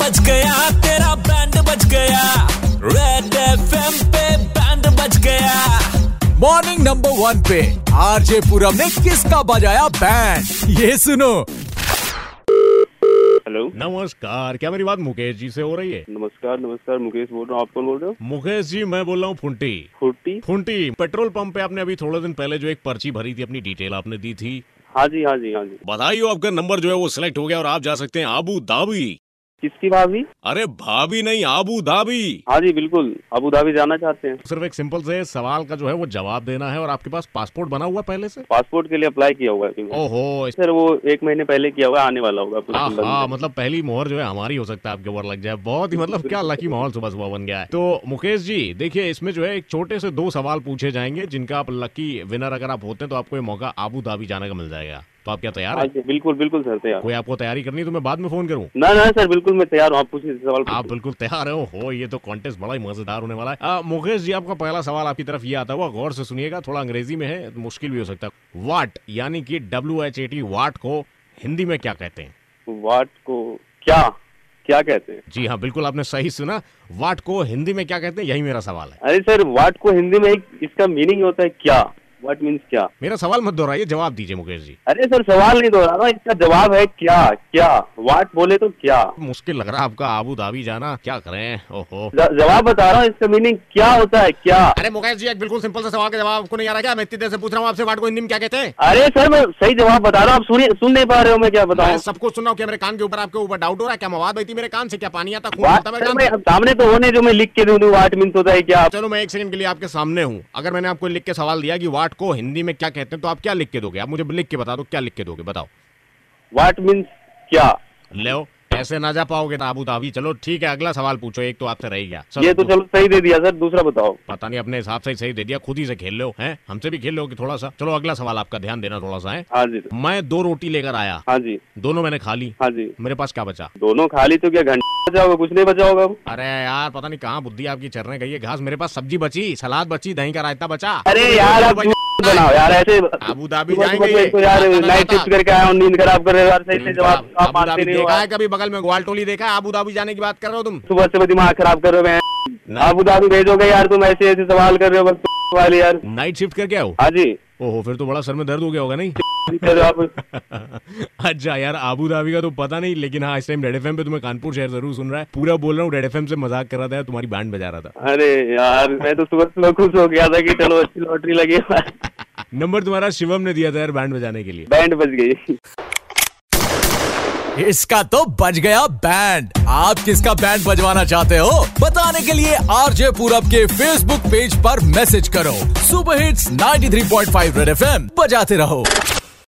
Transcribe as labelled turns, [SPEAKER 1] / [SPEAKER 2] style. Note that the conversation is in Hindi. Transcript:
[SPEAKER 1] बज गया तेरा बैंड बज गया रेड एफएम पे बैंड बज गया
[SPEAKER 2] मॉर्निंग नंबर वन पे आरजे पूरम ने किसका बजाया बैंड ये सुनो
[SPEAKER 3] हेलो
[SPEAKER 4] नमस्कार क्या मेरी बात मुकेश जी से हो रही है
[SPEAKER 3] नमस्कार नमस्कार मुकेश बोल रहा हूँ आप कौन बोल रहे हो
[SPEAKER 4] मुकेश जी मैं बोल रहा हूँ फुंटी
[SPEAKER 3] फुर्ती
[SPEAKER 4] फुंटी पेट्रोल पंप पे आपने अभी थोड़े दिन पहले जो एक पर्ची भरी थी अपनी डिटेल आपने दी थी
[SPEAKER 3] हाँ जी हाँ जी हाँ जी
[SPEAKER 4] बधाई हो आपका नंबर जो है वो सिलेक्ट हो गया और आप जा सकते हैं आबू धाबी
[SPEAKER 3] किसकी भाभी
[SPEAKER 4] अरे भाभी नहीं आबू धाबी
[SPEAKER 3] हाँ जी बिल्कुल अबू धाबी जाना चाहते हैं
[SPEAKER 4] सिर्फ एक सिंपल से सवाल का जो है वो जवाब देना है और आपके पास पासपोर्ट बना हुआ है पहले से
[SPEAKER 3] पासपोर्ट के लिए अप्लाई किया हुआ है अभी मैंने।
[SPEAKER 4] ओहो इस-
[SPEAKER 3] सर वो एक महीने पहले किया हुआ है, आने वाला होगा
[SPEAKER 4] हाँ
[SPEAKER 3] कुछ दिन
[SPEAKER 4] हाँ
[SPEAKER 3] बाद।
[SPEAKER 4] मतलब पहली मोहर जो है हमारी हो सकता है आपके ऊपर लग जाए बहुत ही मतलब क्या लकी माहौल सुबह सुबह बन गया है तो मुकेश जी देखिए इसमें जो है एक छोटे से दो सवाल पूछे जाएंगे जिनका आप लकी विनर अगर आप होते हैं तो आपको ये मौका आबू धाबी जाने का मिल जाएगा तो आप क्या तैयार
[SPEAKER 3] हाँ
[SPEAKER 4] है
[SPEAKER 3] जी बिल्कुल बिल्कुल सर तैयार
[SPEAKER 4] कोई आपको तैयारी करनी है तो मैं बाद में फोन करूँ
[SPEAKER 3] ना ना सर बिल्कुल मैं तैयार हूँ आप पूछिए सवाल
[SPEAKER 4] आप
[SPEAKER 3] पूछिए।
[SPEAKER 4] बिल्कुल तैयार हो हो ये तो कॉन्टेस्ट बड़ा ही मजेदार होने वाला है आ, मुकेश जी आपका पहला सवाल आपकी तरफ ये आता हुआ गौर से सुनिएगा थोड़ा अंग्रेजी में है मुश्किल भी हो सकता है वाट यानी कि W H A T what को हिंदी में क्या कहते हैं
[SPEAKER 3] वाट को क्या क्या कहते हैं
[SPEAKER 4] जी हाँ बिल्कुल आपने सही सुना वाट को हिंदी में क्या कहते हैं यही मेरा सवाल है
[SPEAKER 3] अरे सर वाट को हिंदी में एक- इसका मीनिंग होता है क्या वाट मीन्स क्या
[SPEAKER 4] मेरा सवाल मत दोहराइए जवाब दीजिए मुकेश जी
[SPEAKER 3] अरे सर सवाल नहीं दोहरा रहा हूँ, इसका जवाब है क्या क्या वाट बोले तो क्या
[SPEAKER 4] मुश्किल लग रहा है आपका आबू धाबी जाना क्या करें ओहो
[SPEAKER 3] ज- जवाब बता रहा हूँ इसका मीनिंग क्या होता है क्या
[SPEAKER 4] अरे मुकेश जी एक बिल्कुल सिंपल सा सवाल का जवाब आपको नहीं आ रहा क्या मैं इतनी देर से पूछ रहा हूँ आपसे वाट को हिंदी में क्या कहते हैं
[SPEAKER 3] अरे सर मैं सही जवाब बता रहा हूँ आप सुनिए सुन नहीं पा रहे हो मैं क्या
[SPEAKER 4] मैं
[SPEAKER 3] बताऊँ
[SPEAKER 4] सब कुछ सुन रहा हूँ क्या मेरे कान के ऊपर आपके ऊपर डाउट हो रहा है क्या मवाद बहती मेरे कान से क्या पानी आता खून
[SPEAKER 3] वाट
[SPEAKER 4] आता मेरे
[SPEAKER 3] सर
[SPEAKER 4] कान
[SPEAKER 3] मैं
[SPEAKER 4] से?
[SPEAKER 3] अब सामने तो होने जो मैं लिख के दूँ वाट मीन्स होता है क्या
[SPEAKER 4] चलो मैं एक सेकंड के लिए आपके सामने हूँ अगर मैंने आपको लिख के सवाल दिया कि वाट को हिंदी में क्या कहते हैं तो आप क्या लिख के दोगे आप मुझे लिख के बता दो क्या लिख के दोगे बताओ
[SPEAKER 3] वाट मीन्स क्या
[SPEAKER 4] लो ऐसे ना जा पाओगे ना आबू धाबी चलो ठीक है अगला सवाल पूछो एक तो आपसे रह गया चलो,
[SPEAKER 3] ये तो चलो सही दे दिया सर दूसरा बताओ
[SPEAKER 4] पता नहीं अपने हिसाब से ही सही दे दिया खुद ही से खेल लो हैं हमसे भी खेल लो कि थोड़ा सा चलो अगला सवाल आपका ध्यान देना थोड़ा सा है
[SPEAKER 3] हाँ जी सर
[SPEAKER 4] मैं दो रोटी लेकर आया
[SPEAKER 3] हाँ जी
[SPEAKER 4] दोनों मैंने खा ली
[SPEAKER 3] हाँ जी
[SPEAKER 4] मेरे पास क्या बचा
[SPEAKER 3] दोनों खाली तो क्या घंटा बचा होगा कुछ नहीं बचा होगा अब।
[SPEAKER 4] अरे यार पता नहीं कहाँ बुद्धि आपकी चरने गई है घास मेरे पास सब्जी बची सलाद बची दही का रायता बचा
[SPEAKER 3] अरे यार आप बनाओ यार ऐसे
[SPEAKER 4] आबू धाबी
[SPEAKER 3] सुबह
[SPEAKER 4] जाएंगे हाँ,
[SPEAKER 3] सुबह मेरे को यार
[SPEAKER 4] आता-
[SPEAKER 3] नाइट
[SPEAKER 4] आता-
[SPEAKER 3] शिफ्ट करके आया हूँ नींद खराब कर रहे हो यार सही से
[SPEAKER 4] नींद
[SPEAKER 3] जवाब
[SPEAKER 4] खराब।
[SPEAKER 3] आप
[SPEAKER 4] आबू
[SPEAKER 3] मारते
[SPEAKER 4] धाबी
[SPEAKER 3] नहीं हो
[SPEAKER 4] देखा है
[SPEAKER 3] यार।
[SPEAKER 4] कभी बगल में ग्वाल टोली देखा है आबू धाबी जाने की बात कर रहे हो तुम
[SPEAKER 3] सुबह सुबह दिमाग खराब कर रहे हो मैं आबू धाबी भेजोगे यार तुम ऐसे ऐसे सवाल कर रहे हो बस वाले यार
[SPEAKER 4] नाइट शिफ्ट करके आओ
[SPEAKER 3] हाँ जी
[SPEAKER 4] ओहो फिर तो बड़ा सर में दर्द हो गया होगा नहीं
[SPEAKER 3] सर आप
[SPEAKER 4] अच्छा यार आबू धाबी का तो पता नहीं लेकिन हाँ इस टाइम रेड एफ पे तुम्हें कानपुर शहर जरूर सुन रहा है पूरा बोल रहा हूँ रेड एफ से मजाक कर रहा था तुम्हारी बैंड बजा रहा था
[SPEAKER 3] अरे यार मैं तो सुबह सुबह खुश हो गया था कि चलो अच्छी लॉटरी लगी बैंड
[SPEAKER 4] नंबर तुम्हारा शिवम ने दिया था यार बैंड बजाने के लिए
[SPEAKER 3] बज गई
[SPEAKER 2] इसका तो बज गया बैंड आप किसका बैंड बजवाना चाहते हो बताने के लिए आरजे पूरब के फेसबुक पेज पर मैसेज करो सुपर हिट्स 93.5 रेड एफएम बजाते रहो